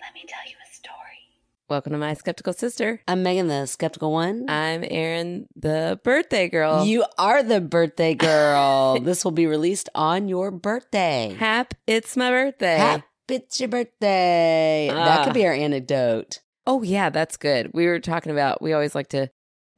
Let me tell you a story. Welcome to my skeptical sister. I'm Megan, the skeptical one. I'm Erin, the birthday girl. Mm. You are the birthday girl. this will be released on your birthday. Hap, it's my birthday. Hap, it's your birthday. that Ah. could be our anecdote. Oh yeah, that's good. We were talking about we always like to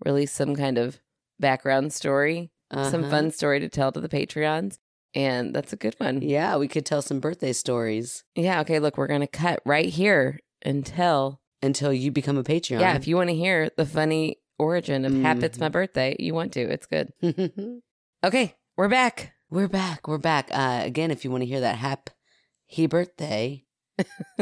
release some kind of background story, some Uh-huh. fun story to tell to the Patreons, and that's a good one. Yeah, Yeah, we could tell some birthday stories okay, look, we're going to cut right here and tell. until you become a Patreon. Yeah, if you want to hear the funny origin of Hap, it's Mhm. my birthday, you want to. It's good. you- Okay, we're back. we're back. We're back. Uh, again, if you want to hear that Hap He birthday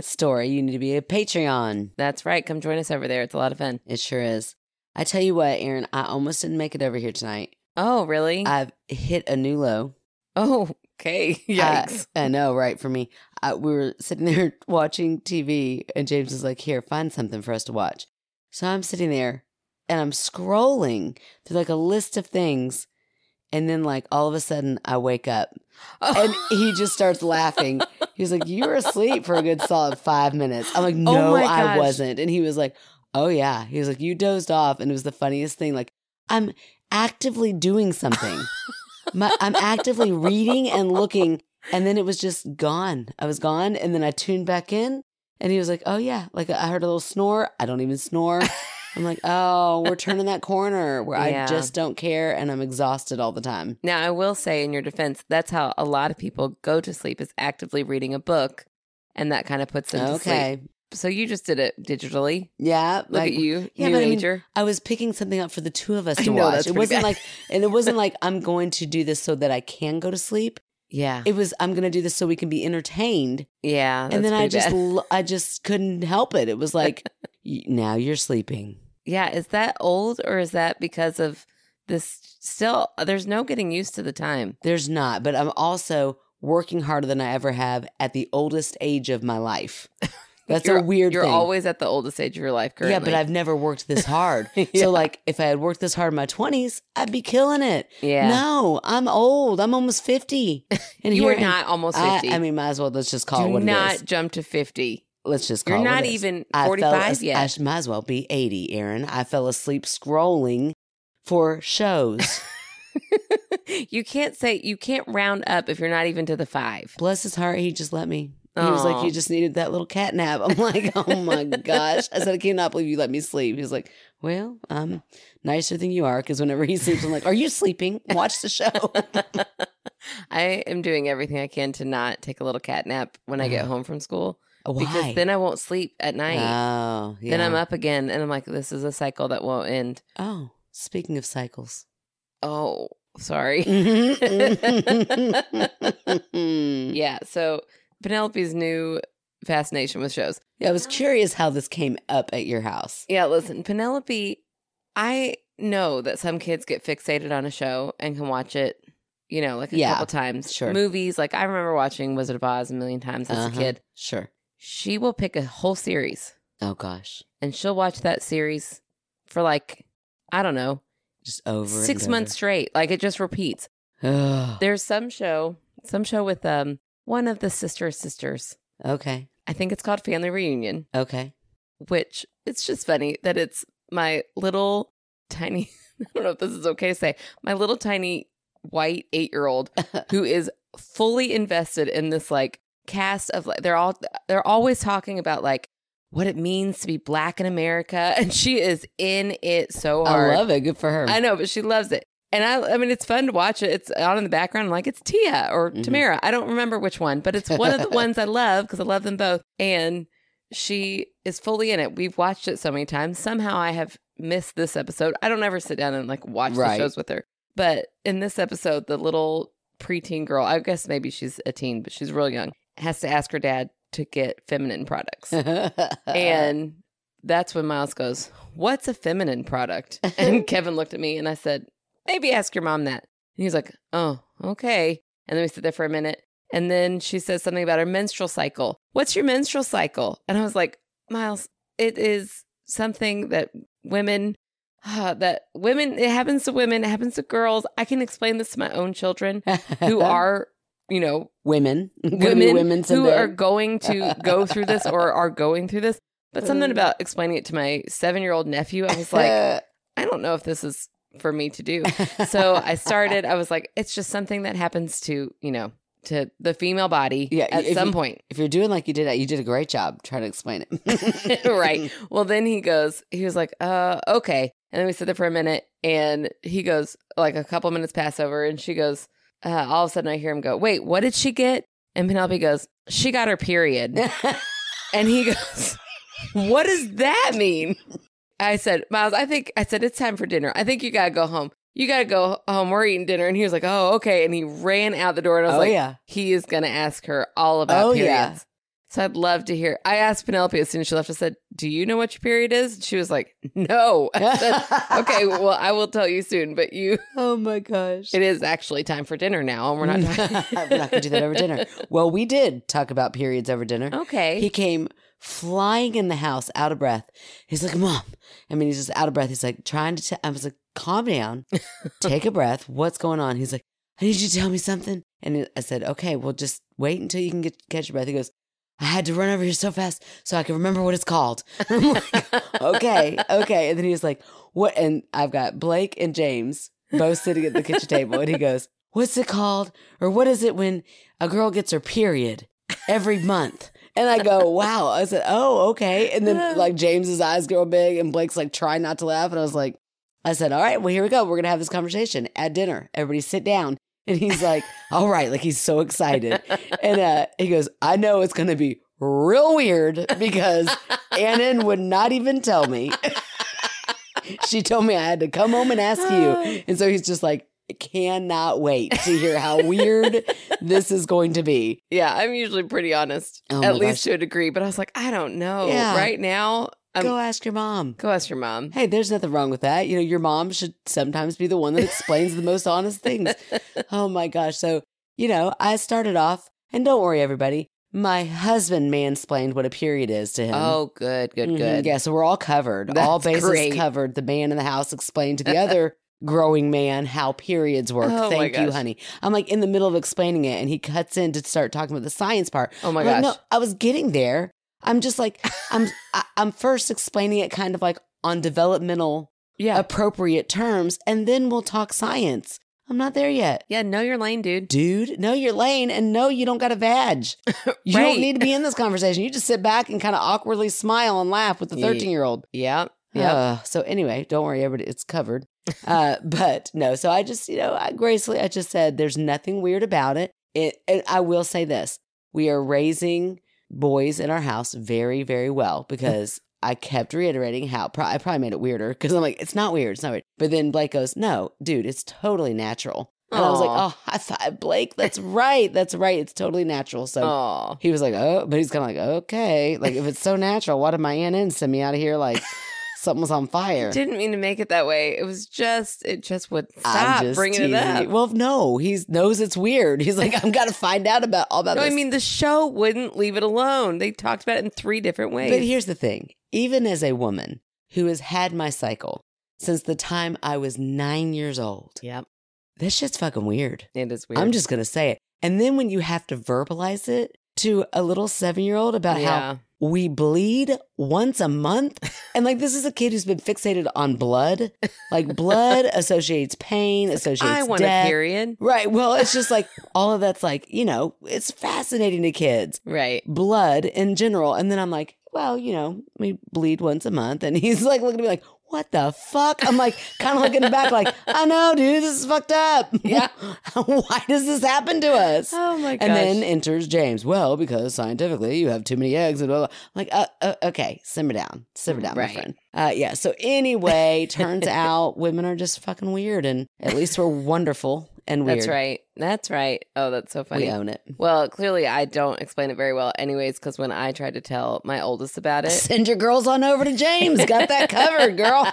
story, you need to be a Patreon. That's right. Come join us over there. It's a lot of fun. It sure is. I tell you what, Aaron, I almost didn't make it over here tonight. Oh, really? I've hit a new low. oh, okay. Uh, Yikes. I know, right? For me, uh, we were sitting there watching TV, and James was like, "Here, find something for us to watch." So I'm sitting there, and I'm scrolling through like a list of things, and then like all of a sudden, I wake up, Oh. and he just starts laughing. He was like, "You were asleep for a good solid five minutes." I'm like, "No, Oh my I gosh. wasn't," and he was like, "Oh yeah," he was like, "You dozed off," and it was the funniest thing. Like, I'm actively doing something. My, I'm actively reading and looking, and then it was just gone. I was gone, and then I tuned back in, and he was like, "Oh yeah," like I heard a little snore. I don't even snore. I'm like, "Oh, we're turning that corner where Yeah. I just don't care, and I'm exhausted all the time." Now, I will say in your defense, that's how a lot of people go to sleep is actively reading a book, and that kind of puts them to okay, sleep. So you just did it digitally. yeah, Look like- at you, yeah, new but I mean, ager. I was picking something up for the two of us I to know, watch. that's It pretty wasn't bad. like, and it wasn't like I'm going to do this so that I can go to sleep. yeah, It was I'm going to do this so we can be entertained. yeah. and Oh, that's then I pretty just, bad. lo- I just couldn't help it. It was like, y- now you're sleeping. yeah. Is that old or is that because of this? Still, there's no getting used to the time. There's not, but I'm also working harder than I ever have at the oldest age of my life. That's You're- a weird. You're thing. always at the oldest age of your life, currently. Yeah, but I've never worked this hard. Yeah. So, like, if I had worked this hard in my 20s, I'd be killing it. yeah. No, I'm old. I'm almost 50. And you are here- not almost I- fifty. I, mean, might as well. Let's just call it do what not it is. jump to fifty. Let's just call You're it what not it is. even I fell forty-five as- yet. I sh- might as well be 80, Aaron. I fell asleep scrolling for shows. you can't say you can't round up if you're not even to the five. Bless his heart, he just let me. He was like, Aw. "You just needed that little cat nap." I'm like, "Oh my gosh!" I said, "I cannot believe you let me sleep." He's like, "Well, I'm nicer than you are," because whenever he sleeps, I'm like, "Are you sleeping? Watch the show." I am doing everything I can to not take a little cat nap when I get home from school Uh-huh. Why? because then I won't sleep at night. oh, yeah. Then I'm up again and I'm like, this is a cycle that won't end. Oh, speaking of cycles. Oh, Mm-hmm. sorry. yeah, yeah. So Penelope's new fascination with shows. I was curious how this came up at your house. Yeah. Listen, Penelope, I know that some kids get fixated on a show and can watch it, you know, like a Yeah, couple times. sure. Movies. Like I remember watching Wizard of Oz a million times as Uh-huh. a kid. Sure. She will pick a whole series. Oh gosh, and she'll watch that series for like I don't know just over and six over. months straight. Like it just repeats. Ugh. There's some show, some show with um one of the sister sisters. okay. I think it's called Family Reunion, Okay. which it's just funny that it's my little tiny. I don't know if this is okay to say. My little tiny white eight year old who is fully invested in this like cast of like they're all they're always talking about like what it means to be black in America and she is in it so hard. I love it. Good for her. I know, but she loves it. And I I mean it's fun to watch it. It's on in the background I'm like it's Tia or Mhm. Tamara. I don't remember which one, but it's one of the ones I love cuz I love them both and she is fully in it. We've watched it so many times. Somehow I have missed this episode. I don't ever sit down and like watch Right. the shows with her. But in this episode, the little preteen girl, I guess maybe she's a teen, but she's real young, has to ask her dad to get feminine products. and that's when Miles goes, What's a feminine product? And Kevin looked at me and I said, Maybe ask your mom that. And he's like, Oh, okay. And then we sit there for a minute. And then she says something about her menstrual cycle. What's your menstrual cycle? And I was like, Miles, it is something that women, ah, that women, it happens to women, it happens to girls. I can explain this to my own children who are you know, Women, women, be women, women who someday. are going to go through this or are going through this. But something Mm. about explaining it to my seven year old nephew, I was like, I don't know if this is for me to do. So I started, I was like, it's just something that happens to, you know, to the female body Yeah, at if some you- point. If you're doing like you did, you did a great job trying to explain it. Right. Well, then he goes, he was like, uh, okay. And then we sit there for a minute and he goes, like a couple minutes pass over and she goes, uh, all of a sudden I hear him go, wait, what did she get? And Penelope goes, she got her period. And he goes, What does that mean? I said, Miles, I think, I said, it's time for dinner. I think you got to go home. You got to go home. We're eating dinner. And he was like, Oh, okay. And he ran out the door. And I was oh like, yeah. He is going to ask her all about Oh, periods. yeah. So I'd love to hear. I asked Penelope as soon as she left, I said, Do you know what your period is? And she was like, No. I said, okay. Well, I will tell you soon, but you, Oh my gosh. it is actually time for dinner now. And we're not talking. We're not gonna do that over dinner. Well, we did talk about periods over dinner. Okay. He came flying in the house, out of breath. He's like, "Mom," I mean, he's just out of breath. He's like trying to. T- I was like, "Calm down, take a breath. What's going on?" He's like, "I need you to tell me something." And I said, "Okay, well, just wait until you can get catch your breath." He goes, "I had to run over here so fast so I can remember what it's called." I'm like, okay, okay. And then he was like, what? And I've got Blake and James both sitting at the kitchen table. And he goes, what's it called? Or what is it when a girl gets her period every month? And I go, wow. I said, oh, okay. And then like James's eyes grow big and Blake's like, trying not to laugh. And I was like, I said, all right, well, here we go. We're going to have this conversation at dinner. Everybody sit down. And he's like, all right. Like he's so excited. And uh, he goes, I know it's going to be real weird because Annan would not even tell me. she told me I had to come home and ask you. And so he's just like, cannot wait to hear how weird this is going to be. Yeah, I'm usually pretty honest, Oh my at least to a degree. But I was like, I don't know. Yeah. Right now, I'm, Go go, ask your mom. ask your mom. Um, Hey, there's nothing wrong with that. You know, your mom should sometimes be the one that explains the most honest things. Oh my gosh. So, you know, I started off, and don't worry, everybody, my husband mansplained what a period is to him. Oh, good, good, Mhm. good. Yeah, so we're all covered. all That's bases great. covered. The man in the house explained to the other growing man how periods work. Oh my Thank you, gosh. honey. I'm like in the middle of explaining it, and he cuts in to start talking about the science part. Oh my I'm like, gosh. no, I was getting there. I'm just like I'm. I, I'm first explaining it kind of like on developmental Yeah. appropriate terms, and then we'll talk science. I'm not there yet. yeah, know your lane, dude. Dude, know your lane and no, you don't got a badge. You Right. don't need to be in this conversation. You just sit back and kind of awkwardly smile and laugh with the Yeah. 13 year old. Yeah. Yeah. Yeah. Uh, so anyway, don't worry, everybody, it's covered. Uh, but no, so I just, you know, I gracefully, I just said there's nothing weird about it. it. And I will say this we are raising boys in our house very, very well because I kept reiterating how pro- I probably made it weirder because I'm like, it's not weird. It's not weird. But then Blake goes, no, dude, it's totally natural. And I was like, Aw. oh, high five, Blake. That's right. That's right. It's totally natural. So Oh. he was like, oh, but he's kind of like, okay, like if it's so natural, why did my aunt N send me out of here like something was on fire? Didn't mean to make it that way. It was just, it just would I'm stop just bringing it teasing up. you. Well, no, he knows it's weird. He's like, I've got to find out about all about No, I this. mean, the show wouldn't leave it alone. They talked about it in three different ways. but here's the thing: even as a woman who has had my cycle since the time I was nine years old, Yep. that shit's fucking weird. It is weird. I'm just gonna say it. And then when you have to verbalize it to a little seven-year-old about how yeah. we bleed once a month. And like, this is a kid who's been fixated on blood. Like, blood associates pain, associates I want death. a period. Right. Well, it's just like all of that's like, you know, it's fascinating to kids, Right. blood in general. And then I'm like, well, you know, we bleed once a month. And he's like, looking at me like, what the fuck? I'm like, kind of looking back, like, I know, dude, this is fucked up. Yeah. Why does this happen to us? Oh my gosh. And then enters James. Well, because scientifically you have too many eggs and blah blah. I'm Like, uh, uh, okay, simmer down, simmer down, my Mm, Right. friend. Uh, yeah. So anyway, turns out women are just fucking weird, and at least we're wonderful and weird. That's right. That's right. Oh, that's so funny. We own it. Well, clearly I don't explain it very well, anyways, because when I tried to tell my oldest about it, Send your girls on over to James. Got that covered, girl.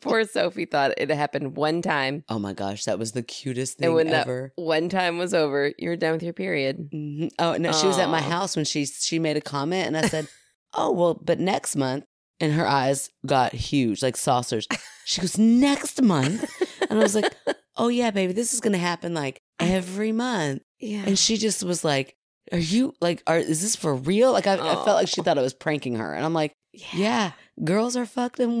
poor Sophie thought it happened one time. oh my gosh, that was the cutest And thing when that ever. one time was over, you were done with your period. Mhm. Oh no, she was at my Aw. house when she she made a comment, and I said, "Oh well, but next month." And her eyes got huge, like saucers. She goes, "Next month," and I was like, "Oh yeah, baby, this is gonna happen like every month. Yeah. And she just was like, Are you like, are is this for real? Like, I, I felt like she Oh. thought I was pranking her. And I'm like, Yeah, girls are fucking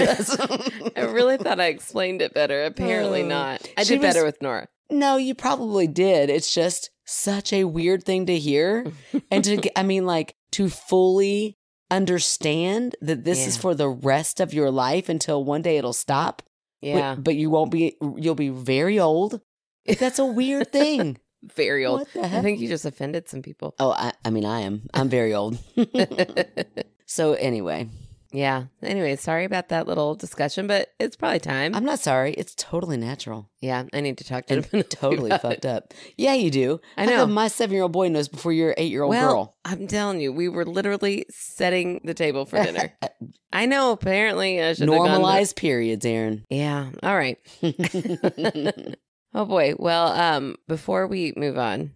I really thought I explained it better. Apparently Oh. not. I She did was- better with Nora. No, you probably did. It's just such a weird thing to hear. and to, get- I mean, like, to fully understand that this is Yeah. for the rest of your life until one day it'll stop. but- Yeah. But, you won't be, you'll be very old. That's a weird thing. Very old. What the I heck? think you just offended some people. oh, I, I mean, I am. I'm very old. so, anyway, yeah. Anyway, sorry about that little discussion, but it's probably time. I'm not sorry. It's totally natural yeah, I need to talk to and him. totally about fucked up. Yeah, you do. I How know. come my seven year old boy knows before your eight year old well, girl. I'm telling you, we were literally setting the table for dinner. I know. Apparently, I should Normalized periods, Aaron. Yeah. All right. Oh boy. Well, um, before we move on,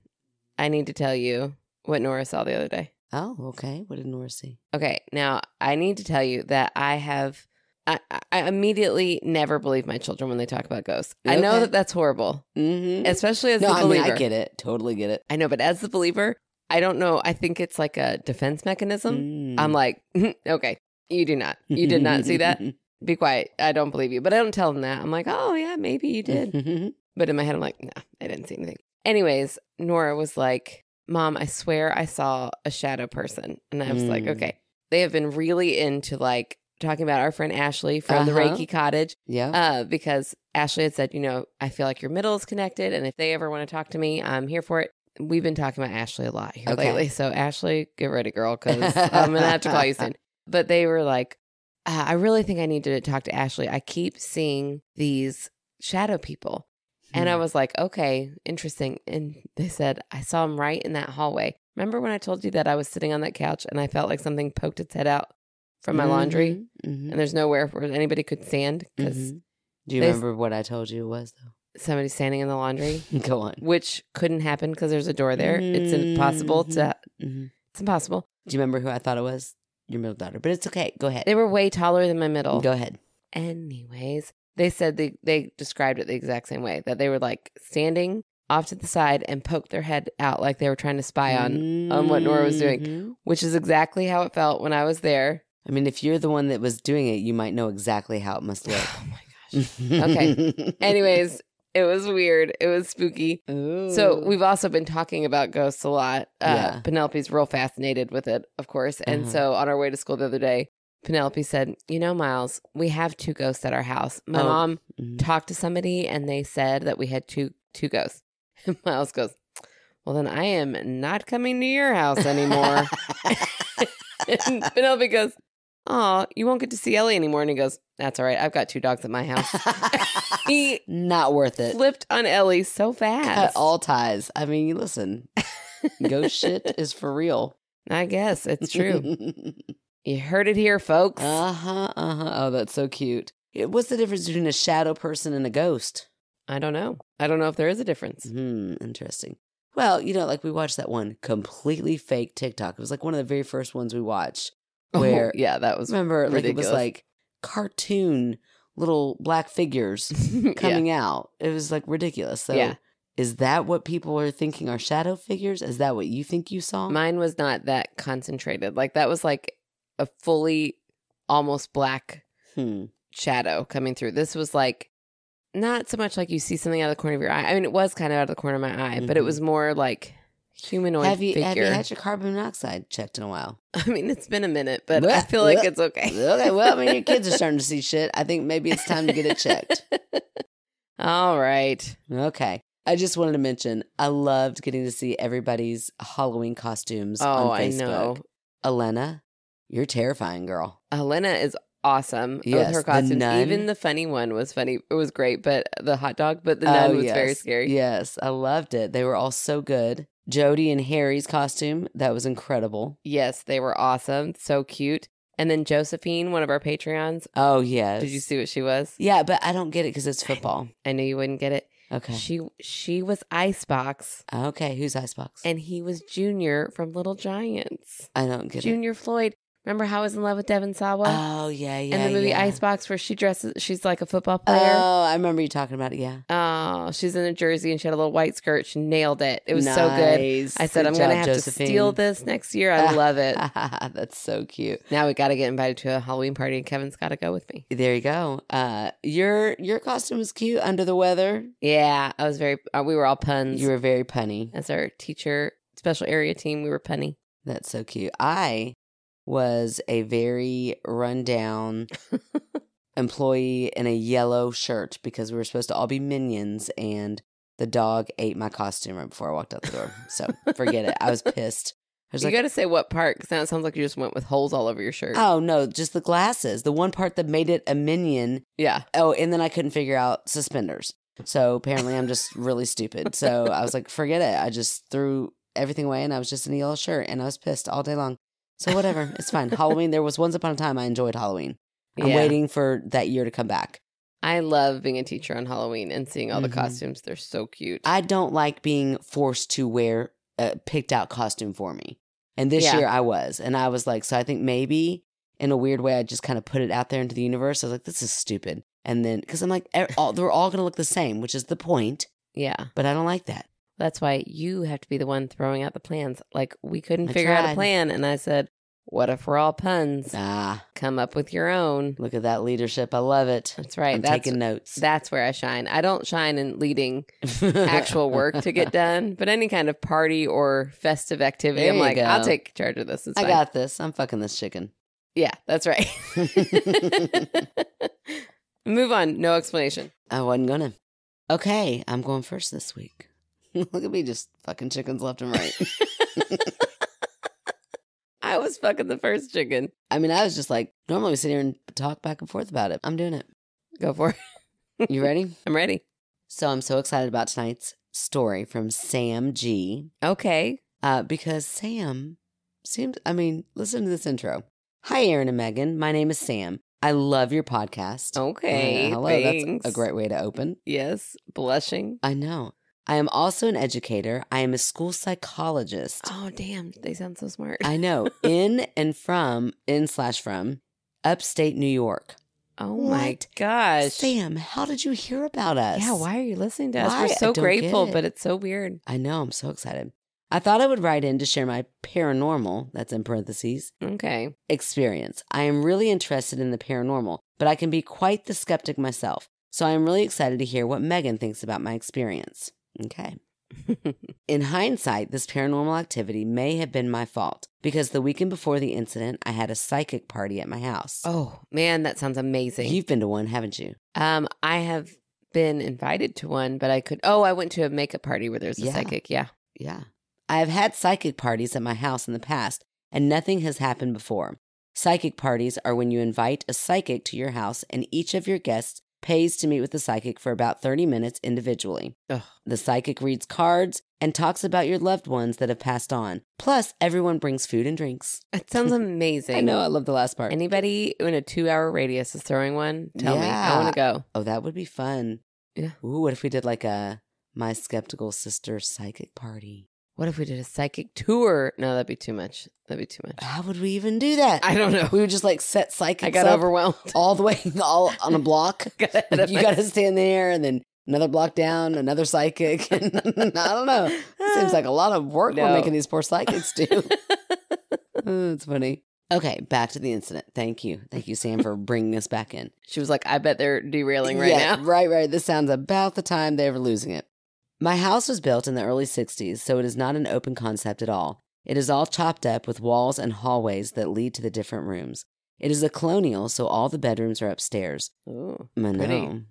I need to tell you what Nora saw the other day. oh, okay. What did Nora see? Okay. Now I need to tell you that I have. I, I- I immediately never believe my children when they talk about ghosts. I know Okay. that that's horrible, Mm-hmm. especially as No, the I mean, believer. I get it. Totally get it. I know, but as the believer, I don't know. I think it's like a defense Mm. mechanism. I'm like, okay, you do not. You did not see that. Be quiet. I don't believe you. But I don't tell them that. I'm like, oh yeah, maybe you did. But in my head, I'm like, nah, I didn't see anything. Anyways, Nora was like, Mom, I swear I saw a shadow person. And I was like, Mm. okay. They have been really into like talking about our friend Ashley from the Uh-huh. Reiki Cottage yeah. uh, because Ashley had said, you know, I feel like your middle is connected. And if they ever want to talk to me, I'm here for it. We've been talking about Ashley a lot here Okay. lately. So, Ashley, get ready, girl, because I'm going to have to call you soon. But they were like, uh, I really think I need to talk to Ashley. I keep seeing these shadow people. And Mm-hmm. I was like, okay, interesting. And they said, I saw him right in that hallway. Remember when I told you that I was sitting on that couch and I felt like something poked its head out Mm-hmm. from my laundry? Mhm, mhm, And there's nowhere where anybody could stand because mhm. Do you they- remember what I told you it was, somebody standing in the laundry, though? Go on. which couldn't happen because there's a door there. It's impossible to. Mhm. It's impossible. Do you remember who I thought it was? Your middle daughter. But it's okay. Go ahead. They were way taller than my middle. Go ahead. Anyways, they said they they described it the exact same way that they were like standing off to the side and poked their head out like they were trying to spy on, on what Nora was doing. Mhm. which is exactly how it felt when I was there. I mean, if you're the one that was doing it, you might know exactly how it must look. Oh my gosh. okay. Anyways, it was weird. It was spooky. So we've also been talking about ghosts a lot. Uh, Yeah. Penelope's real fascinated with it, of course. And Uh-huh. so on our way to school the other day, Penelope said, "You know, Miles, we have two ghosts at our house. My Oh. mom Mhm. talked to somebody, and they said that we had two two ghosts." And Miles goes, "Well, then I am not coming to your house anymore." and Penelope goes, "Oh, you won't get to see Ellie anymore." And he goes, "That's all right. I've got two dogs at my house." he Not worth it. flipped on Ellie so Cut fast. all ties. I mean, listen, ghost shit is for real. I guess it's true. you heard it here, folks. uh huh. Uh huh. Oh, that's so cute. Yeah, What's the difference between a shadow person and a ghost? I don't know. I don't know if there is a difference. Hmm. Interesting. Well, you know, like we watched that one completely fake TikTok. It was like one of the very first ones we watched. Where Oh, yeah, that was remember, like it ridiculous. was like cartoon little black figures coming out. It was like ridiculous. So, Yeah. is that what people are thinking are shadow figures? Is that what you think you saw? Yeah. Mine was not that concentrated. Like that was like a fully almost black hmm. shadow coming through. This was like not so much like you see something out of the corner of your eye. I mean, it was kind of out of the corner of my eye, but it Mhm. was more like humanoid Have you figure. have you had your carbon monoxide checked in a while? I mean, it's been a minute, but I Blech, feel like blech. it's okay. Okay, well, I mean, your kids are starting to see shit. I think maybe it's time to get it checked. All right. Okay. I just wanted to mention I loved getting to see everybody's Halloween costumes Oh, on I Facebook. know. Elena, you're terrifying, girl. Helena is awesome Yes, with the her costumes. nun. Even the funny one was funny. It was great, but the hot dog, but the nun Oh, was very yes. scary. Yes, I loved it. They were all so good. Jody and Harry's costume, that was incredible. Yes, they were awesome. So cute. And then Josephine, one of our Patreons, Oh, yes. did you see what she was? Yeah, but I don't get it because it's football. I knew you wouldn't get it. Okay. She she was Icebox Okay, who's Icebox? and he was Junior from Little Giants. I don't get it. Junior Floyd. Remember how I was in love with Devin Sawa? Oh, yeah, yeah. and the movie yeah. Icebox where she dresses she's like a football player. Oh, I remember you talking about it. Yeah. oh, Oh, she's in a jersey and she had a little white skirt. She nailed it. It was so good. I said, I'm going to have to steal this next year. I love it. That's so cute. Now we got to get invited to a Halloween party and Kevin's got to go with me. There you go. Uh, your your costume was cute. Under the weather, Yeah, I was very, uh, we were all puns. you were very punny. As our teacher, special area team, we were punny. That's so cute. I was a very rundown employee in a yellow shirt because we were supposed to all be minions and the dog ate my costume right before I walked out the door. So forget it. I was pissed. I was You like, got to say what part because now it sounds like you just went with holes all over your shirt. oh no, just the glasses. The one part that made it a minion. yeah. Oh, and then I couldn't figure out suspenders. So apparently I'm just really stupid. So I was like, forget it. I just threw everything away and I was just in a yellow shirt and I was pissed all day long. So whatever. It's fine. Halloween, there was once upon a time I enjoyed Halloween. I'm yeah. waiting for that year to come back. I love being a teacher on Halloween and seeing all Mhm. the costumes. They're so cute. I don't like being forced to wear a picked out costume for me. And this Yeah. year I was. And I was like, so I think maybe in a weird way, I just kind of put it out there into the universe. I was like, this is stupid. And then, because I'm like, e- all, they're all going to look the same, which is the point. yeah. But I don't like that. That's why you have to be the one throwing out the plans. Like we couldn't I figure out tried. a plan. And I said, what if we're all puns? Ah, Come up with your own. look at that leadership. I love it. That's right. I'm that's taking notes. that's where I shine. I don't shine in leading actual work to get done, but any kind of party or festive activity, There I'm you like, I'll go. take charge of this. It's I fine. got this. I'm fucking this chicken. Yeah, that's right. Move on. No explanation. I wasn't gonna. Okay, I'm going first this week. Look at me just fucking chickens left and right. I was fucking the first chicken. I mean, I was just like, normally we sit here and talk back and forth about it. I'm doing it. Go for it. You ready? I'm ready. so I'm so excited about tonight's story from Sam G. Okay. uh, because Sam seemed, I mean, listen to this intro. Hi, Aaron and Megan. My name is Sam. I love your podcast. Okay, hello. Oh, thanks. That's a great way to open. Yes. Blushing. I know. I am also an educator. I am a school psychologist. Oh, damn. They sound so smart. I know. In and from, in slash from, upstate New York. oh, my What? gosh. Sam, how did you hear about us? Yeah, why are you listening to us? Why? I We're so don't get grateful, it. but it's so weird. I know. I'm so excited. I thought I would write in to share my paranormal, that's in parentheses, Okay. experience. I am really interested in the paranormal, but I can be quite the skeptic myself. So I am really excited to hear what Megan thinks about my experience. Okay. In hindsight, this paranormal activity may have been my fault because the weekend before the incident, I had a psychic party at my house. oh, man, that sounds amazing. You've been to one, haven't you? Um, I have been invited to one, but I could. Oh, I went to a makeup party where there's a Yeah. psychic. Yeah. Yeah. I have had psychic parties at my house in the past, and nothing has happened before. Psychic parties are when you invite a psychic to your house, and each of your guests pays to meet with the psychic for about 30 minutes individually. Ugh. The psychic reads cards and talks about your loved ones that have passed on. Plus, everyone brings food and drinks. That sounds amazing. I know, I love the last part. Anybody in a two hour radius is throwing one, tell me. I Yeah. want to go. oh, that would be fun. Yeah. Ooh, what if we did like a My Skeptical Sister psychic party? What if we did a psychic tour? No, that'd be too much. That'd be too much. How would we even do that? I don't know. we would just like set psychics I got up. overwhelmed. all the way all on a block. Got ahead Like, of you got to stand there and then another block down, another psychic. And I don't know. myself. Seems like a lot of work we're No. making these poor psychics do. Oh, it's funny. Okay, back to the incident. Thank you. Thank you, Sam, for bringing us back in. she was like, I bet they're derailing right Yeah, now. Right, right. This sounds about the time they were losing it. My house was built in the early 60s, so it is not an open concept at all. It is all chopped up with walls and hallways that lead to the different rooms. It is a colonial, so all the bedrooms are upstairs. Ooh. I Pretty. know.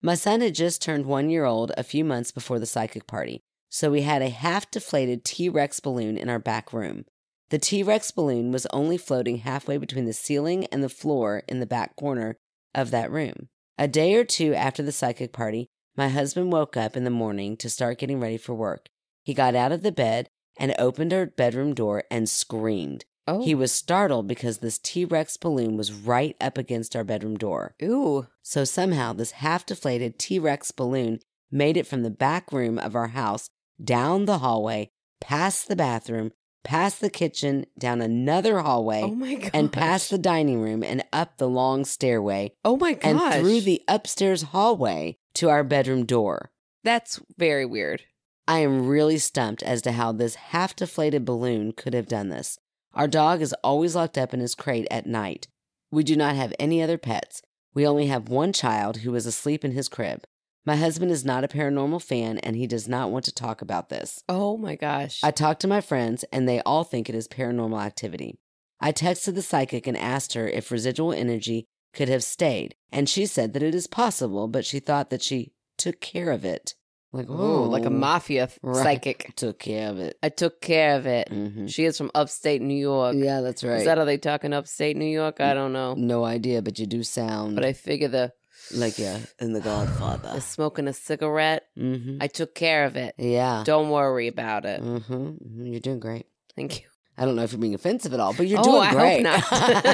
My son had just turned one year old a few months before the psychic party, so we had a half deflated T Rex balloon in our back room. The T Rex balloon was only floating halfway between the ceiling and the floor in the back corner of that room. A day or two after the psychic party, my husband woke up in the morning to start getting ready for work. He got out of the bed and opened our bedroom door and screamed. Oh. He was startled because this T Rex balloon was right up against our bedroom door. Ooh. So somehow this half deflated T Rex balloon made it from the back room of our house down the hallway, past the bathroom, past the kitchen, down another hallway, Oh my god. and past the dining room and up the long stairway Oh my gosh. and through the upstairs hallway to our bedroom door. That's very weird. I am really stumped as to how this half deflated balloon could have done this. Our dog is always locked up in his crate at night. We do not have any other pets. We only have one child who is asleep in his crib. My husband is not a paranormal fan and he does not want to talk about this. Oh my gosh. I talked to my friends and they all think it is paranormal activity. I texted the psychic and asked her if residual energy could have stayed, and she said that it is possible, but she thought that she took care of it. Like, Ooh, like a "Ooh." mafia f- Right. psychic. took care of it. I took care of it. hmm She is from upstate New York. Mm. Yeah, that's right. Is that how they talk in upstate New York? I don't know. no idea, but you do sound But I figure the like yeah in The the Godfather. smoking a cigarette. hmm I took care of it. yeah. Don't worry about it. hmm You're doing great. Thank you. I don't know if you're being offensive at all, but you're oh, doing I great. hope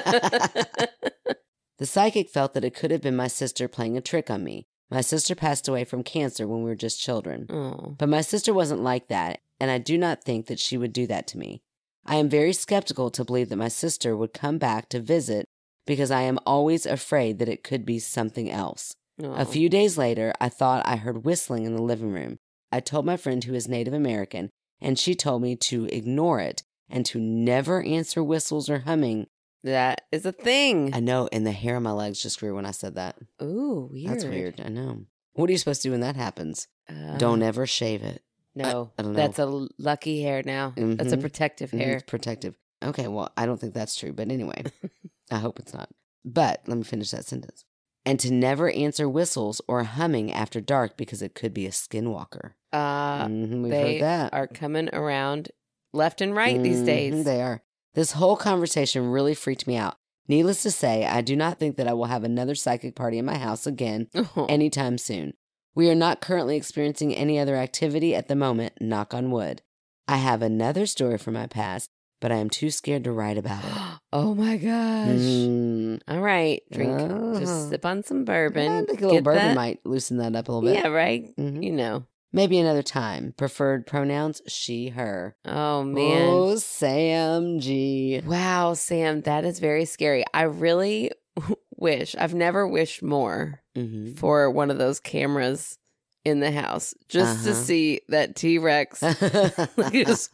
not. the psychic felt that it could have been my sister playing a trick on me. My sister passed away from cancer when we were just children. oh. But my sister wasn't like that, and I do not think that she would do that to me. I am very skeptical to believe that my sister would come back to visit because I am always afraid that it could be something else. Oh. A few days later, I thought I heard whistling in the living room. I told my friend who is Native American, and she told me to ignore it and to never answer whistles or humming. That is a thing. I know, and the hair on my legs just grew when I said that. Ooh, weird. That's weird. Um, I know. What are you supposed to do when that happens? Uh, Don't ever shave it. No, I- I don't know. that's a l- lucky hair now. That's a Mhm. protective Mhm, hair. It's protective. Okay, well, I don't think that's true, but anyway, I hope it's not. But let me finish that sentence. And to never answer whistles or humming after dark because it could be a skinwalker. Uh, Mhm, we've they heard that. are coming around left and right these Mhm, days. They are. This whole conversation really freaked me out. Needless to say, I do not think that I will have another psychic party in my house again Oh, anytime soon. We are not currently experiencing any other activity at the moment, knock on wood. I have another story from my past, but I am too scared to write about it. oh my gosh. Mm. All right, drink. Uh-huh. Just sip on some I bourbon. think a little Get bourbon that- might loosen that up a little bit. Yeah, right? Mhm. You know. Maybe another time. Preferred pronouns, she, her. Oh, man. Oh, Sam G. Wow, Sam, that is very scary. I really wish, I've never wished more Mm-hmm. for one of those cameras in the house just to Uh-huh. see that T Rex Just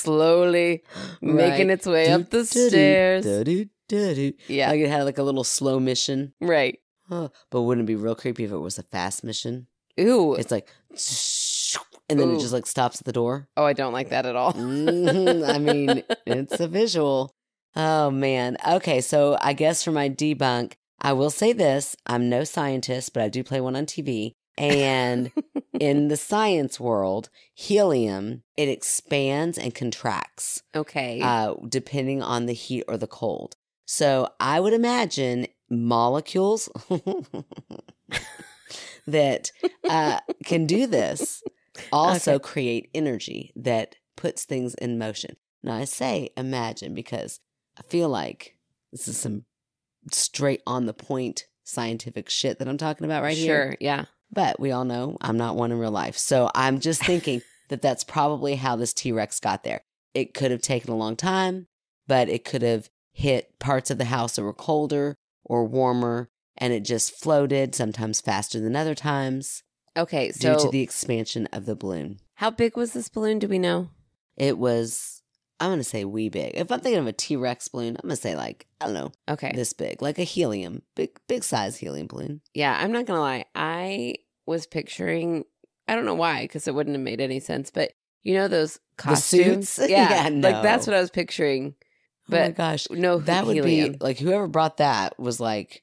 slowly making its way up the stairs. Yeah, Like it had like a little slow mission. right. Huh. But wouldn't it be real creepy if it was a fast mission? Ooh. It's like, and then it Ooh. just like stops at the door. Oh, I don't like that at all. Mhm. I mean, it's a visual. Oh man. Okay, so I guess for my debunk, I will say this: I'm no scientist, but I do play one on TV. And in the science world, helium it expands and contracts okay. uh, depending on the heat or the cold. So I would imagine molecules that uh, can do this also Okay. create energy that puts things in motion. Now I say imagine because I feel like this is some straight on the point scientific shit that I'm talking about right here. sure. Yeah. But we all know I'm not one in real life. So I'm just thinking that that's probably how this T Rex got there. It could have taken a long time, but it could have hit parts of the house that were colder or warmer, and it just floated, sometimes faster than other times, Okay. So, due to the expansion of the balloon. how big was this balloon? Do we know? It was, I'm going to say wee big. If I'm thinking of a T Rex balloon, I'm going to say like, I don't know, Okay. this big, like a helium, big, big size helium balloon. yeah. I'm not going to lie. I was picturing, I don't know why, because it wouldn't have made any sense, but you know those costumes? suits? Yeah. Yeah, Like that's no. what I was picturing. oh my But gosh. No, That would helium. be like whoever brought that was like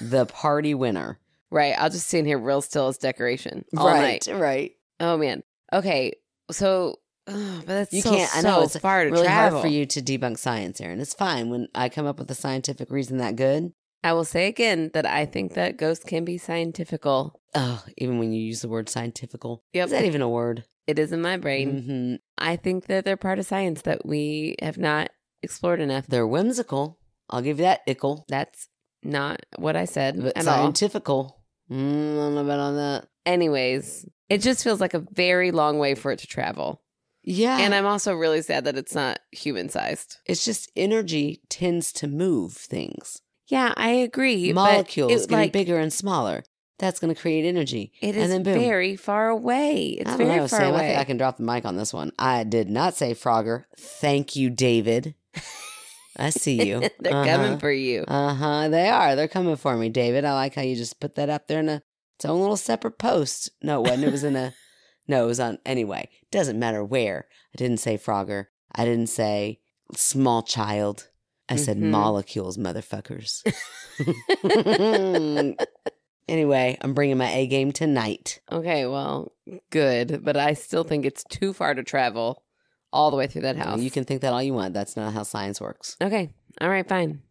the party winner. Right. I'll just stand here real still as decoration. All night. right. Oh man. Okay. So ugh, but that's You so, can't- I know, so it's far to Really travel. hard for you to debunk science, Aaron. It's fine when I come up with a scientific reason that good. I will say again that I think that ghosts can be scientifical. Oh, even when you use the word scientifical. Yep. Is that even a word? It is in my brain. hmm I think that they're part of science that we have not explored enough. They're whimsical. I'll give you that ickle. That's not what I said But Mm, at all. scientifical. Mm, I don't know about on that. Anyways, it just feels like a very long way for it to travel. Yeah. And uh, I'm also really sad that it's not human sized. it's just energy tends to move things. Yeah, I agree. but Molecules it's getting like, bigger and smaller. That's going to create energy. It And is then boom. very far away. It's I don't know, very far Sam, I away. think I can drop the mic on this one. I did not say Frogger. Thank you, David. I see you. Uh-huh. They're coming for you. Uh huh. They are. They're coming for me, David. I like how you just put that up there in a its own little separate post. No, it wasn't. It was in a. No, it was on. Anyway, doesn't matter where. I didn't say Frogger. I didn't say small child. I said Mhm. molecules, motherfuckers. anyway, I'm bringing my A game tonight. Okay, well, good, but I still think it's too far to travel all the way through that house. You can think that all you want. That's not how science works. Okay. All right, fine.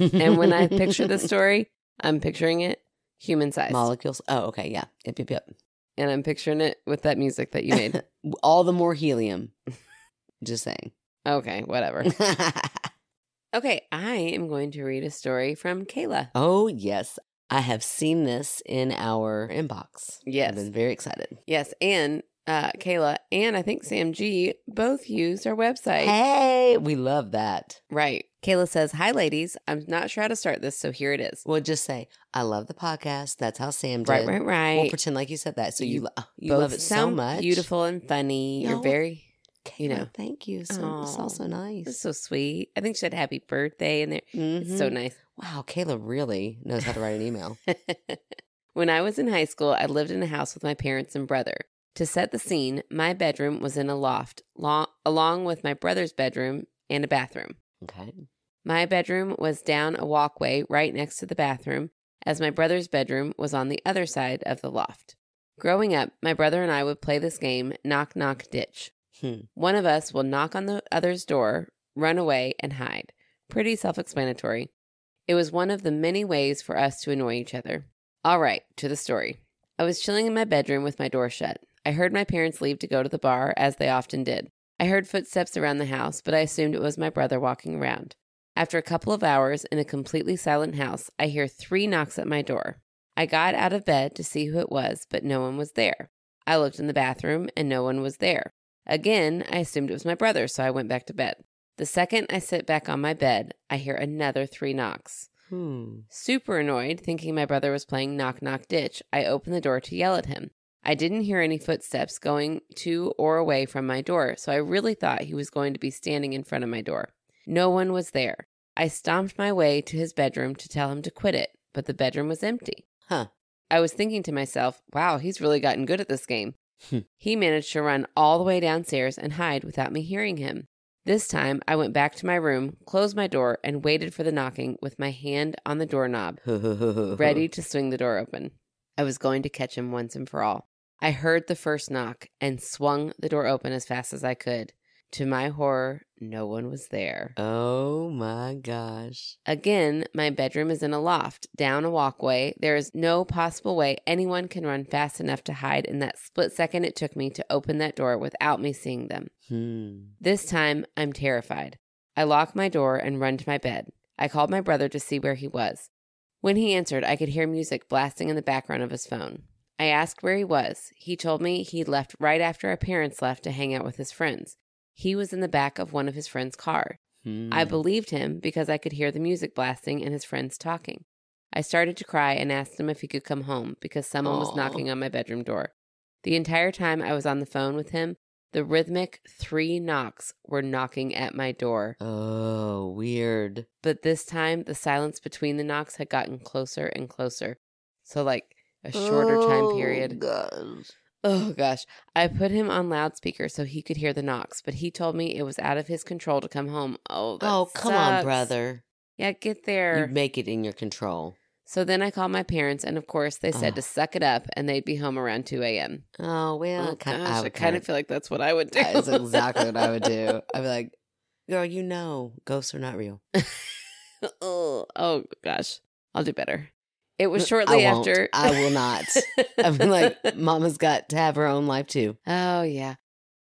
And when I picture this story, I'm picturing it human sized. molecules. Oh, okay, yeah. Yep, yep, yep. and I'm picturing it with that music that you made. All the more helium. Just saying. okay, whatever. Okay, I am going to read a story from Kayla. oh yes, I have seen this in our inbox. Yes. I've been very excited. Yes, and uh, Kayla and I think Sam G both used our website. Hey, we love that. Right. Kayla says, Hi, ladies. I'm not sure how to start this, so here it is. Well, just say I love the podcast. That's how Sam did. Right, right, right. We'll pretend like you said that. So you You lo- you love it so sound much. Beautiful and funny. You're No. very. you Kayla, know. Thank you. So it's Aw. all so It's mm-hmm. nice. so sweet. I think she said happy birthday in there. It's so Mhm. nice. wow, Kayla really knows how to write an email. when I was in high school, I lived in a house with my parents and brother. To set the scene, my bedroom was in a loft, lo- along with my brother's bedroom and a bathroom. Okay. My bedroom was down a walkway right next to the bathroom, as my brother's bedroom was on the other side of the loft. Growing up, my brother and I would play this game knock, knock, ditch. Hmm. One of us will knock on the other's door, run away, and hide. Pretty self explanatory. It was one of the many ways for us to annoy each other. All right, to the story. I was chilling in my bedroom with my door shut. I heard my parents leave to go to the bar, as they often did. I heard footsteps around the house, but I assumed it was my brother walking around. After a couple of hours in a completely silent house, I hear three knocks at my door. I got out of bed to see who it was, but no one was there. I looked in the bathroom and no one was there. Again, I assumed it was my brother, so I went back to bed. The second I sit back on my bed, I hear another three knocks. Hmm. Super annoyed, thinking my brother was playing knock knock ditch, I opened the door to yell at him. I didn't hear any footsteps going to or away from my door, so I really thought he was going to be standing in front of my door. No one was there. I stomped my way to his bedroom to tell him to quit it, but the bedroom was empty. Huh. I was thinking to myself, wow, he's really gotten good at this game. Hmm. he managed to run all the way downstairs and hide without me hearing him. This time, I went back to my room, closed my door, and waited for the knocking with my hand on the doorknob Uh-huh. ready to swing the door open. I was going to catch him once and for all. I heard the first knock and swung the door open as fast as I could. To my horror, no one was there. Oh my gosh. Again, my bedroom is in a loft, down a walkway. There is no possible way anyone can run fast enough to hide in that split second it took me to open that door without me seeing them. Hmm. This time, I'm terrified. I lock my door and run to my bed. I called my brother to see where he was. When he answered, I could hear music blasting in the background of his phone. I asked where he was. He told me he'd left right after our parents left to hang out with his friends. He was in the back of one of his friend's car. Hmm. I believed him because I could hear the music blasting and his friends talking. I started to cry and asked him if he could come home because someone Aw. was knocking on my bedroom door. The entire time I was on the phone with him, the rhythmic three knocks were knocking at my door. Oh, weird. But this time, the silence between the knocks had gotten closer and closer. So, like a shorter time period. Gosh. Oh gosh. I put him on loudspeaker so he could hear the knocks, but he told me it was out of his control to come home. Oh, that Oh, come on, sucks. brother. Yeah, get there. You make it in your control. So then I called my parents, and of course they said Ugh. to suck it up, and they'd be home around 2 a.m. Oh well, Oh, ki- I gosh, I would kind kinda- of feel like that's what I would do. that is exactly what I would do. I'd be like, "Girl, you know, ghosts are not real." oh, oh, gosh, I'll do better. It was I shortly won't. after. I will not. I'd be like, "Mama's got to have her own life too." oh yeah.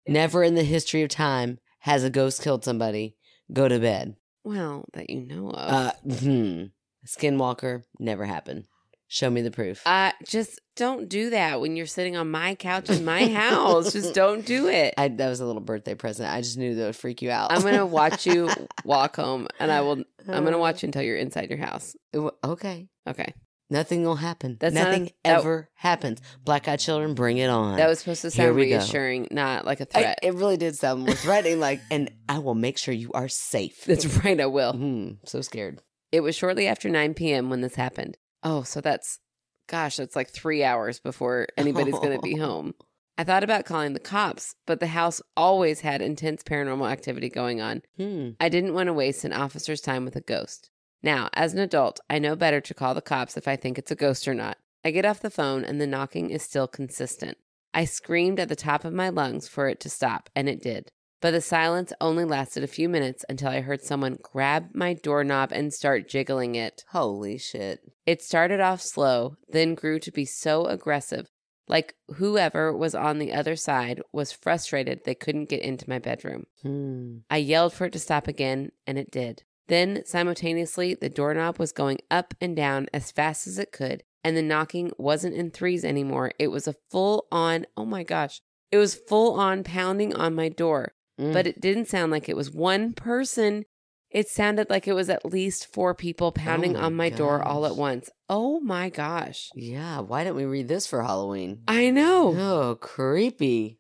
Never in the history of time has a ghost killed somebody. Go to bed. Well, that you know of. Uh, hmm. Skinwalker never happened. Show me the proof. uh, just don't do that when you're sitting on my couch in my house. just don't do it. I, that was a little birthday present. I just knew that would freak you out. I'm gonna watch you Uh. walk home, and I will. I'm gonna watch you until you're inside your house. It wa- Okay. Okay. Nothing will happen. That's not- Nothing that- ever happens. Black eyed children, bring it on. That was supposed to Here sound we go. reassuring, not like a I, threat. it really did sound more threatening. Like, and I will make sure you are safe. That's right, I will. Mhm, so scared. It was shortly after 9 p.m. when this happened. Oh, so that's, gosh, that's like three hours before anybody's going to be home. I thought about calling the cops, but the house always had intense paranormal activity going on. Hmm. I didn't want to waste an officer's time with a ghost. Now, as an adult, I know better to call the cops if I think it's a ghost or not. I get off the phone and the knocking is still consistent. I screamed at the top of my lungs for it to stop, and it did. But the silence only lasted a few minutes until I heard someone grab my doorknob and start jiggling it. Holy shit. It started off slow, then grew to be so aggressive, like whoever was on the other side was frustrated they couldn't get into my bedroom. Hmm. I yelled for it to stop again, and it did. Then, simultaneously, the doorknob was going up and down as fast as it could, and the knocking wasn't in threes anymore. It was a full on, oh my gosh, it was full on pounding on my door, Mm. but it didn't sound like it was one person. It sounded like it was at least four people pounding Oh my on my door all gosh. at once. Oh my gosh. yeah, why didn't we read this for Halloween? I know. Oh, creepy.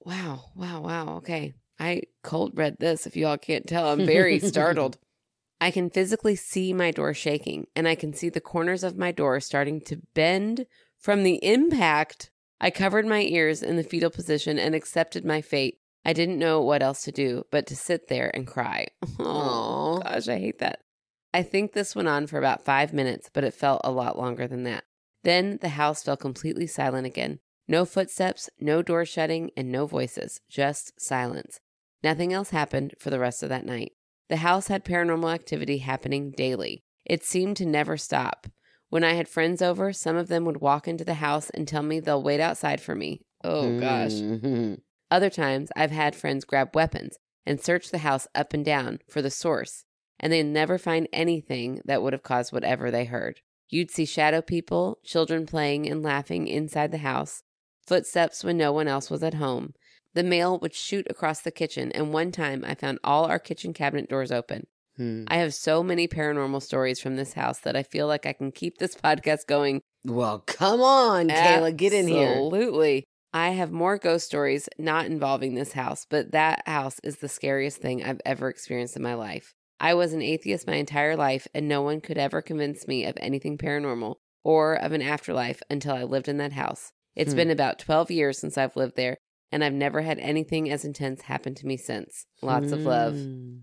Wow, wow, wow. Okay. I cold read this. If y'all can't tell, I'm very startled. I can physically see my door shaking, and I can see the corners of my door starting to bend from the impact. I covered my ears in the fetal position and accepted my fate. I didn't know what else to do but to sit there and cry. Oh, Aw. gosh, I hate that. I think this went on for about five minutes, but it felt a lot longer than that. Then the house fell completely silent again. No footsteps, no door shutting, and no voices, just silence. Nothing else happened for the rest of that night. The house had paranormal activity happening daily. It seemed to never stop. When I had friends over, some of them would walk into the house and tell me they'll wait outside for me. Oh, gosh. Mhm. Other times, I've had friends grab weapons and search the house up and down for the source, and they never find anything that would have caused whatever they heard. You'd see shadow people, children playing and laughing inside the house, footsteps when no one else was at home. The mail would shoot across the kitchen, and one time I found all our kitchen cabinet doors open. Hmm. I have so many paranormal stories from this house that I feel like I can keep this podcast going Well, come on, Kayla, get in here. Absolutely. I have more ghost stories not involving this house, but that house is the scariest thing I've ever experienced in my life. I was an atheist my entire life, and no one could ever convince me of anything paranormal or of an afterlife until I lived in that house. It's Hmm. been about 12 years since I've lived there, and I've never had anything as intense happen to me since. Lots of love. Hmm.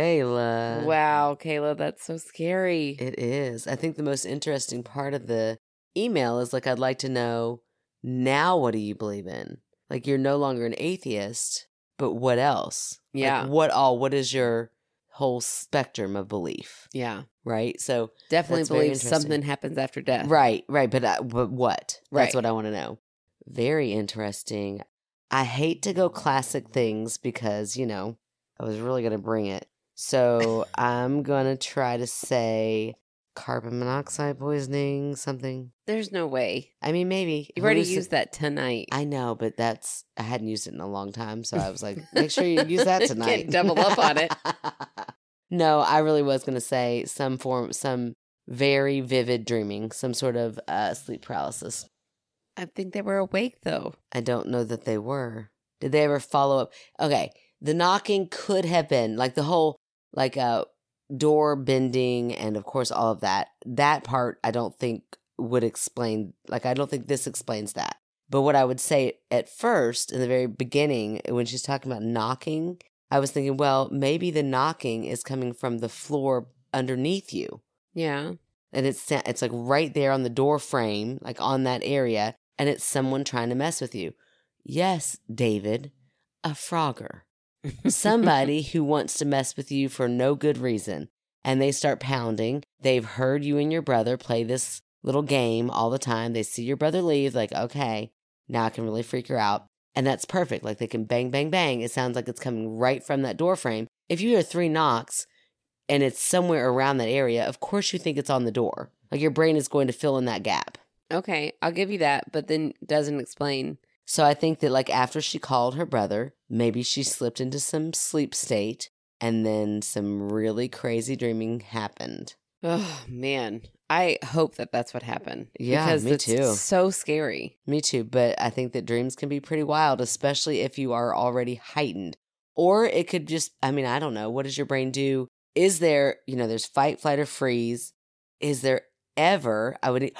Kayla. Wow, Kayla, that's so scary. Hmm. It is. I think the most interesting part of the email is like, I'd like to know now what do you believe in? Like, you're no longer an atheist, but what else? Like, Yeah. what all? What is your whole spectrum of belief? yeah. Right. So, Definitely That's very believe interesting. something happens after death. right, right. But, I, but what? Right. That's what I want to know. Very interesting. I hate to go classic things because, you know, I was really going to bring it. So I'm going to try to say carbon monoxide poisoning, something. There's no way. I mean, maybe. You've already Hallucin- used that tonight. I know, but that's, I hadn't used it in a long time. So I was like, make sure you use that Can't tonight. double up on it. no, I really was going to say some form, some very vivid dreaming, some sort of uh, sleep paralysis. I think they were awake though. I don't know that they were. Did they ever follow up? Okay, the knocking could have been like the whole like uh door bending and of course all of that. That part I don't think would explain like I don't think this explains that. But what I would say at first in the very beginning when she's talking about knocking, I was thinking, well, maybe the knocking is coming from the floor underneath you Yeah. and it's sa- it's like right there on the door frame, like on that area, and it's someone trying to mess with you. Yes, David, a frogger, somebody who wants to mess with you for no good reason, and they start pounding. They've heard you and your brother play this little game all the time. They see your brother leave, like okay, now I can really freak her out. And that's perfect. Like they can bang, bang, bang. It sounds like it's coming right from that door frame. If you hear three knocks, and it's somewhere around that area, of course you think it's on the door. Like your brain is going to fill in that gap. Okay, I'll give you that, but then doesn't explain. So I think that like after she called her brother, maybe she slipped into some sleep state and then some really crazy dreaming happened. Oh man, I hope that that's what happened. Yeah, because me it's too. So scary. Me too, but I think that dreams can be pretty wild, especially if you are already heightened. Or it could just, I mean, I don't know. What does your brain do? Is there, you know, there's fight, flight, or freeze. Is there ever, I would,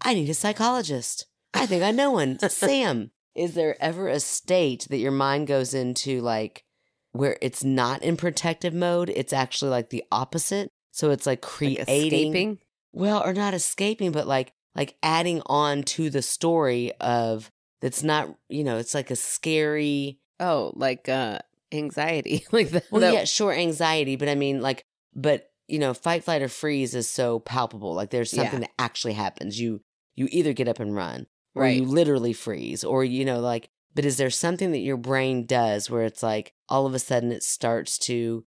I need a psychologist. I think I know one. Sam, is there ever a state that your mind goes into like where it's not in protective mode? It's actually like the opposite. So it's like Like creating escaping. well or not escaping but like like adding on to the story of that's not you know it's like a scary Oh, like uh anxiety. like that. well that- yeah sure anxiety but i mean like but you know fight flight or freeze is so palpable like there's Yeah. something that actually happens you you either get up and run or Right. you literally freeze or you know like but is there something that your brain does where it's like all of a sudden it starts to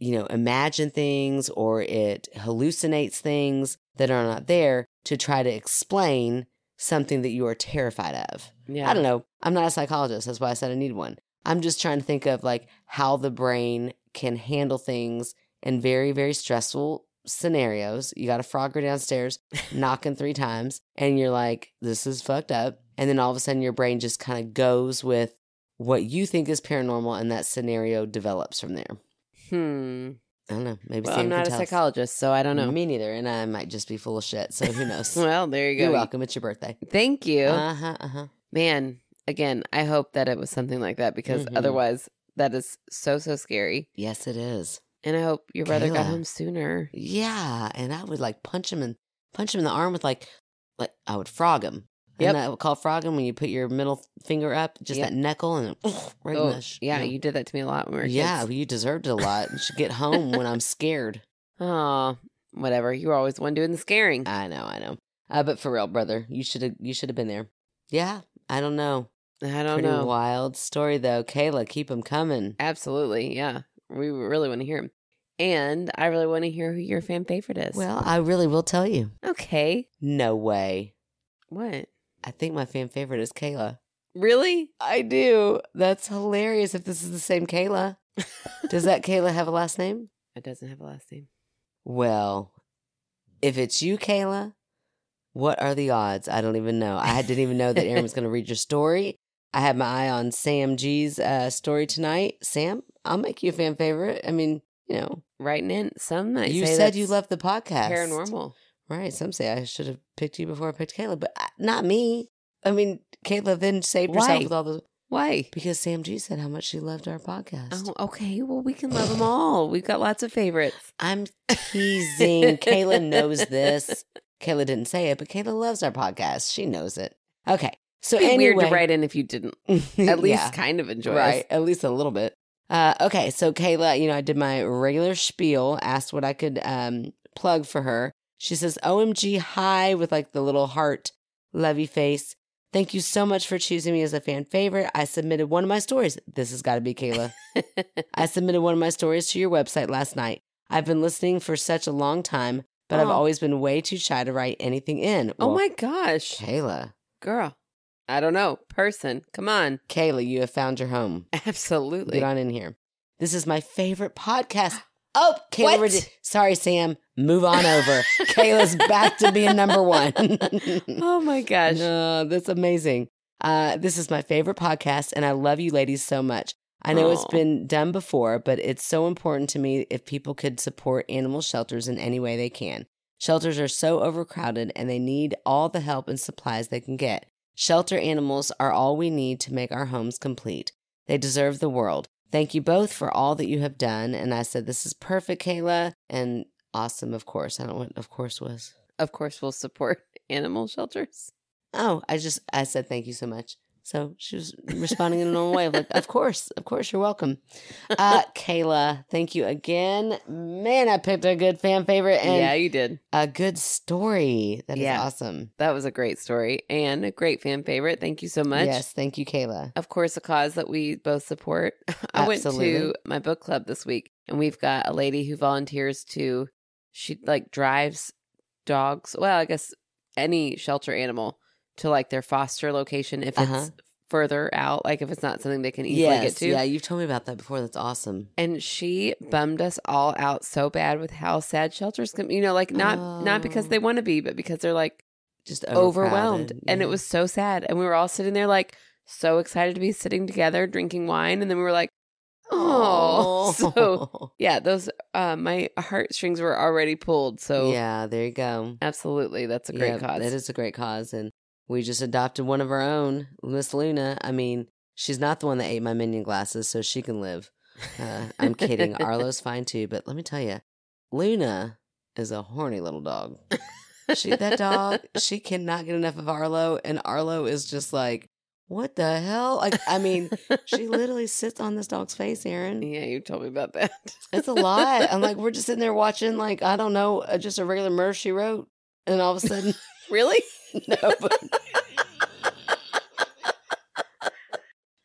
you know imagine things or it hallucinates things that are not there to try to explain something that you are terrified of yeah. I don't know. I'm not a psychologist. That's why I said I need one. I'm just trying to think of like how the brain can handle things in very, very stressful scenarios. You got a frogger downstairs knocking three times, and you're like, this is fucked up. And then all of a sudden, your brain just kind of goes with what you think is paranormal, and that scenario develops from there. Hmm. I don't know. Maybe Well, Sam I'm can not a tell us. psychologist, so I don't know. Me neither. And I might just be full of shit. So who knows? Well, there you go. You're welcome. It's your birthday. Thank you. Uh huh. Uh huh. Man, again, I hope that it was something like that because Mhm. otherwise that is so so scary. Yes, it is. And I hope your brother got Kayla. home sooner. Yeah, and I would like punch him and punch him in the arm with like, like I would frog him. Yep. And I would call frog him when you put your middle finger up, just Yep. that knuckle and right in Oh, the sh- yeah, you know. you did that to me a lot when we were yeah, kids. you deserved it a lot. You should get home when I'm scared. Oh, whatever. You were always the one doing the scaring. I know, I know. Uh, but for real, brother, you should have you should have been there. Yeah, I don't know. I don't Pretty know. wild story though, Kayla. Keep him coming. Absolutely, yeah. We really want to hear him. And I really want to hear who your fan favorite is. Well, I really will tell you. okay. No way. What? I think my fan favorite is Kayla. Really? I do. That's hilarious if this is the same Kayla. Does that Kayla have a last name? It doesn't have a last name. Well, if it's you, Kayla, what are the odds? I don't even know. I didn't even know that Aaron was going to read your story. I had my eye on Sam G's uh, story tonight. Sam, I'll make you a fan favorite. I mean, you know, Writing in some night. you said you loved the podcast. paranormal. Right. Some say I should have picked you before I picked Kayla, but I- not me. I mean, Kayla then saved Why? herself with all the. Why? Because Sam G said how much she loved our podcast. Oh, okay. Well, we can love them all. We've got lots of favorites. I'm teasing. Kayla knows this. Kayla didn't say it, but Kayla loves our podcast. She knows it. Okay. So It'd be anyway, weird to write in if you didn't at least kind of enjoy right, us. at least a little bit. Uh, okay, so Kayla, you know, I did my regular spiel, asked what I could um, plug for her. She says, "OMG, hi!" with like the little heart, lovey face. Thank you so much for choosing me as a fan favorite. I submitted one of my stories. This has got to be Kayla. I submitted one of my stories to your website last night. I've been listening for such a long time, but I've Oh. always been way too shy to write anything in. oh Well, my gosh. Kayla, Girl. I don't know. Person. Come on. Kayla, you have found your home. Absolutely. Get on in here. This is my favorite podcast. Oh, Kayla. What? Rede- Sorry, Sam. Move on over. Kayla's back to being number one. oh my gosh. no, that's amazing. Uh, this is my favorite podcast, and I love you ladies so much. I know it's Aw. been done before, but it's so important to me if people could support animal shelters in any way they can. Shelters are so overcrowded and they need all the help and supplies they can get. Shelter animals are all we need to make our homes complete. They deserve the world. Thank you both for all that you have done. And I said, This is perfect, Kayla. And awesome, of course. I don't know what of course was. Of course, we'll support animal shelters. Oh, I just, I said, Thank you so much. So she was responding in a normal way of like, Of course, of course, you're welcome. Uh, Kayla, thank you again. Man, I picked a good fan favorite and yeah, you did. a good story. That is Yeah. awesome. That was a great story and a great fan favorite. Thank you so much. Yes, thank you, Kayla. Of course, a cause that we both support. I went to Absolutely. my book club this week and we've got a lady who volunteers to, she like drives dogs, well, I guess any shelter animal to like their foster location if Uh-huh. it's further out, like if it's not something they can easily yes, get to. yeah, you've told me about that before. That's awesome. And she bummed us all out so bad with how sad shelters can, you know, like not not because Oh. they want to be, but because they're like Just overwhelmed. overcrowded, And it yeah. was so sad. And we were all sitting there like so excited to be sitting together drinking wine. And then we were like, oh, so yeah, those uh, my heartstrings were already pulled. So yeah, there you go. absolutely, that's a great Yeah, cause. That is a great cause, and we just adopted one of our own, Miss Luna. I mean, she's not the one that ate my minion glasses, so she can live. Uh, I'm kidding. Arlo's fine too, but let me tell you, Luna is a horny little dog. She that dog, she cannot get enough of Arlo, and Arlo is just like, what the hell? Like, I mean, she literally sits on this dog's face, Aaron. yeah, you told me about that. It's a lot. I'm like, we're just sitting there watching, like, I don't know, uh, just a regular murder she wrote. And all of a sudden, really? no, but,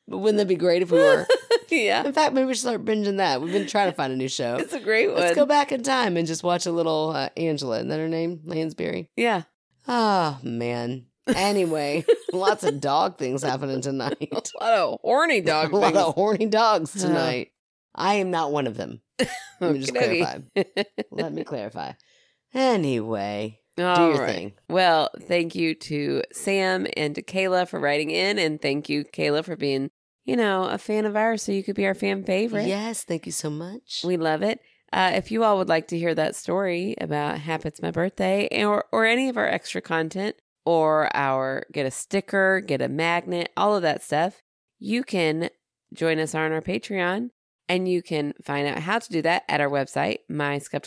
but wouldn't that be great if we were? yeah, In fact, maybe we should start binging that. We've been trying to find a new show. it's a great one. Let's go back in time and just watch a little uh, Angela. Isn't that her name? Lansbury. Yeah. Oh, man. Anyway, lots of dog things happening tonight. A lot of horny dog a lot things. of horny dogs Oh. tonight. I am not one of them. Let me just Okey-dokey. clarify. Let me clarify. Anyway, do All your right. thing. Well, thank you to Sam and to Kayla for writing in, and thank you, Kayla, for being, you know, a fan of ours, so you could be our fan favorite. Yes, thank you so much. We love it. Uh, if you all would like to hear that story about Hap It's My Birthday or, or any of our extra content or our get a sticker, get a magnet, all of that stuff, you can join us on our Patreon and you can find out how to do that at our website,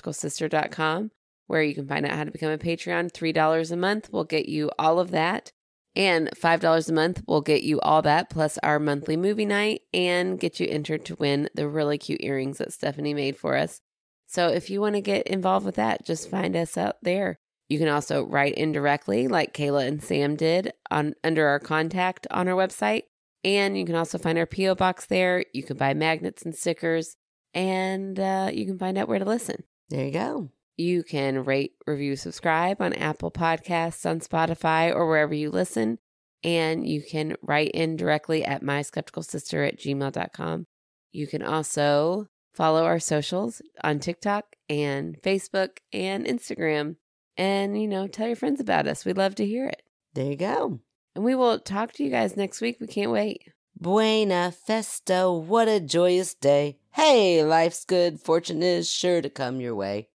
myskepticalsister.com, where you can find out how to become a Patreon. $3 a month will get you all of that. And $5 a month will get you all that, plus our monthly movie night, and get you entered to win the really cute earrings that Stephanie made for us. So if you want to get involved with that, just find us out there. You can also write indirectly, like Kayla and Sam did, on under our contact on our website. And you can also find our P.O. box there. You can buy magnets and stickers, and uh, you can find out where to listen. there you go. You can rate, review, subscribe on Apple Podcasts, on Spotify, or wherever you listen. And you can write in directly at myskepticalsister at gmail.com. You can also follow our socials on TikTok and Facebook and Instagram. And, you know, tell your friends about us. We'd love to hear it. There you go. And we will talk to you guys next week. We can't wait. Buena Festa, what a joyous day. Hey, life's good. Fortune is sure to come your way.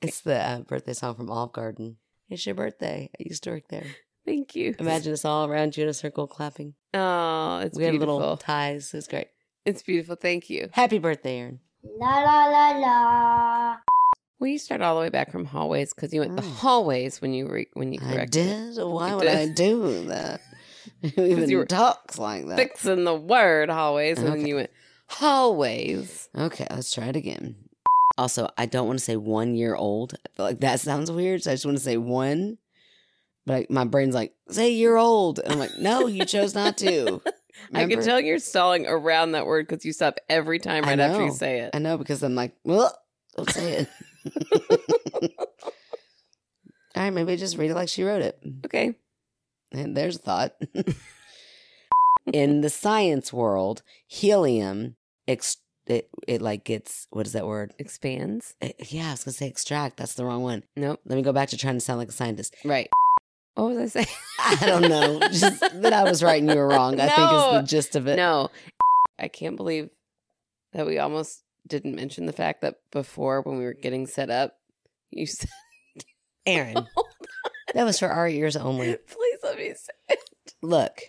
It's the uh, birthday song from Olive Garden. It's your birthday. I used to work there. Thank you. Imagine us all around you in a circle clapping. Oh, it's we had beautiful. little ties. It was great. It's beautiful. Thank you. Happy birthday, Aaron. La la la la. Will you start all the way back from hallways? Because you went the Oh. hallways when you re- when you I corrected. it. did? Why You would did. I do that? Who you even were talks like that? Fixing the word hallways, and then Okay. you went hallways. Okay, let's try it again. Also, I don't want to say one year old. I feel like that sounds weird. So I just want to say one. But I, my brain's like, say you're old. And I'm like, no, you chose not to. I can Remember? tell you're stalling around that word because you stop every time I right after you know. say it. I know because I'm like, well, don't say it. All right, maybe just read it like she wrote it. Okay. And there's a thought. In the science world, helium, ex- it, it like gets, what is that word? Expands. Eh, yeah, I was going to say extract. That's the wrong one. Nope. Let me go back to trying to sound like a scientist. Right. What was I saying? I don't know. Just that I was right and you were wrong. I think is No. the gist of it. no. I can't believe that we almost didn't mention the fact that before when we were getting set up, you said, Aaron. That was for our ears only. please let me say it. Look,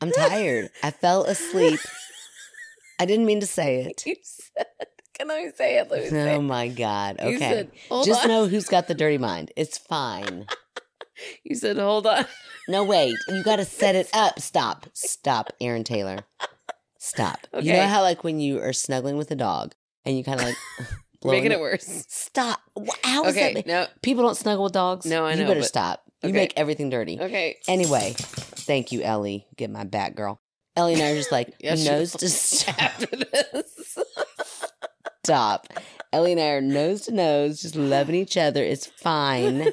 I'm tired. I fell asleep. I didn't mean to say it. You said, can I say it? Let me say Oh it. my God. You Okay. said, hold Just on. know who's got the dirty mind. It's fine. You said, hold on. No, wait. You got to set it up. Stop. Stop, Aaron Taylor. Stop. You know Okay. how, like, when you are snuggling with a dog and you kind of like blow Making it worse. Stop. Wh- How is that? Okay. No. People don't snuggle with dogs. No, I you know, better but- stop. You okay. make everything dirty. Okay. Anyway, thank you, Ellie. Get my back, girl. Ellie and I are just like Yes, you nose will. to stop. After this. stop. Ellie and I are nose to nose, just loving each other. It's fine.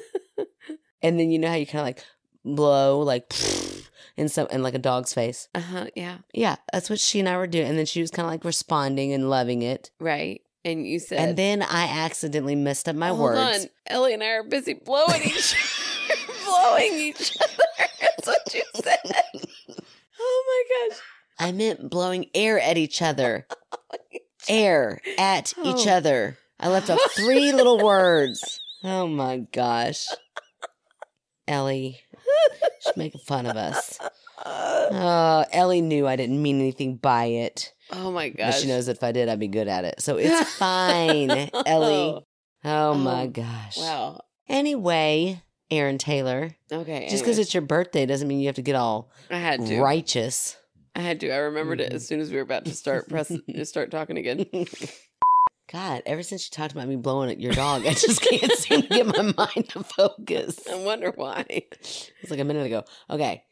and then you know how you kind of like blow, like in some in like a dog's face. Uh huh. Yeah. Yeah, that's what she and I were doing. And then she was kind of like responding and loving it. Right. And you said, And then I accidentally messed up my Hold words. on. Ellie and I are busy blowing each blowing each other. That's what you said. Oh my gosh. I meant blowing air at each other. air at each Oh. other. I left off three little words. Oh my gosh. Ellie. She's making fun of us. Uh, Oh, Ellie knew I didn't mean anything by it. Oh my But gosh. she knows if I did, I'd be good at it. So it's fine, Ellie. Oh my Oh, gosh. Wow. Anyway, Aaron Taylor, Okay. just because anyways. it's your birthday doesn't mean you have to get all I had to. righteous. I had to. I remembered it Mm-hmm. as soon as we were about to start press start talking again. God, ever since you talked about me blowing at your dog, I just can't seem to get my mind to focus. I wonder why. It's like a minute ago. Okay.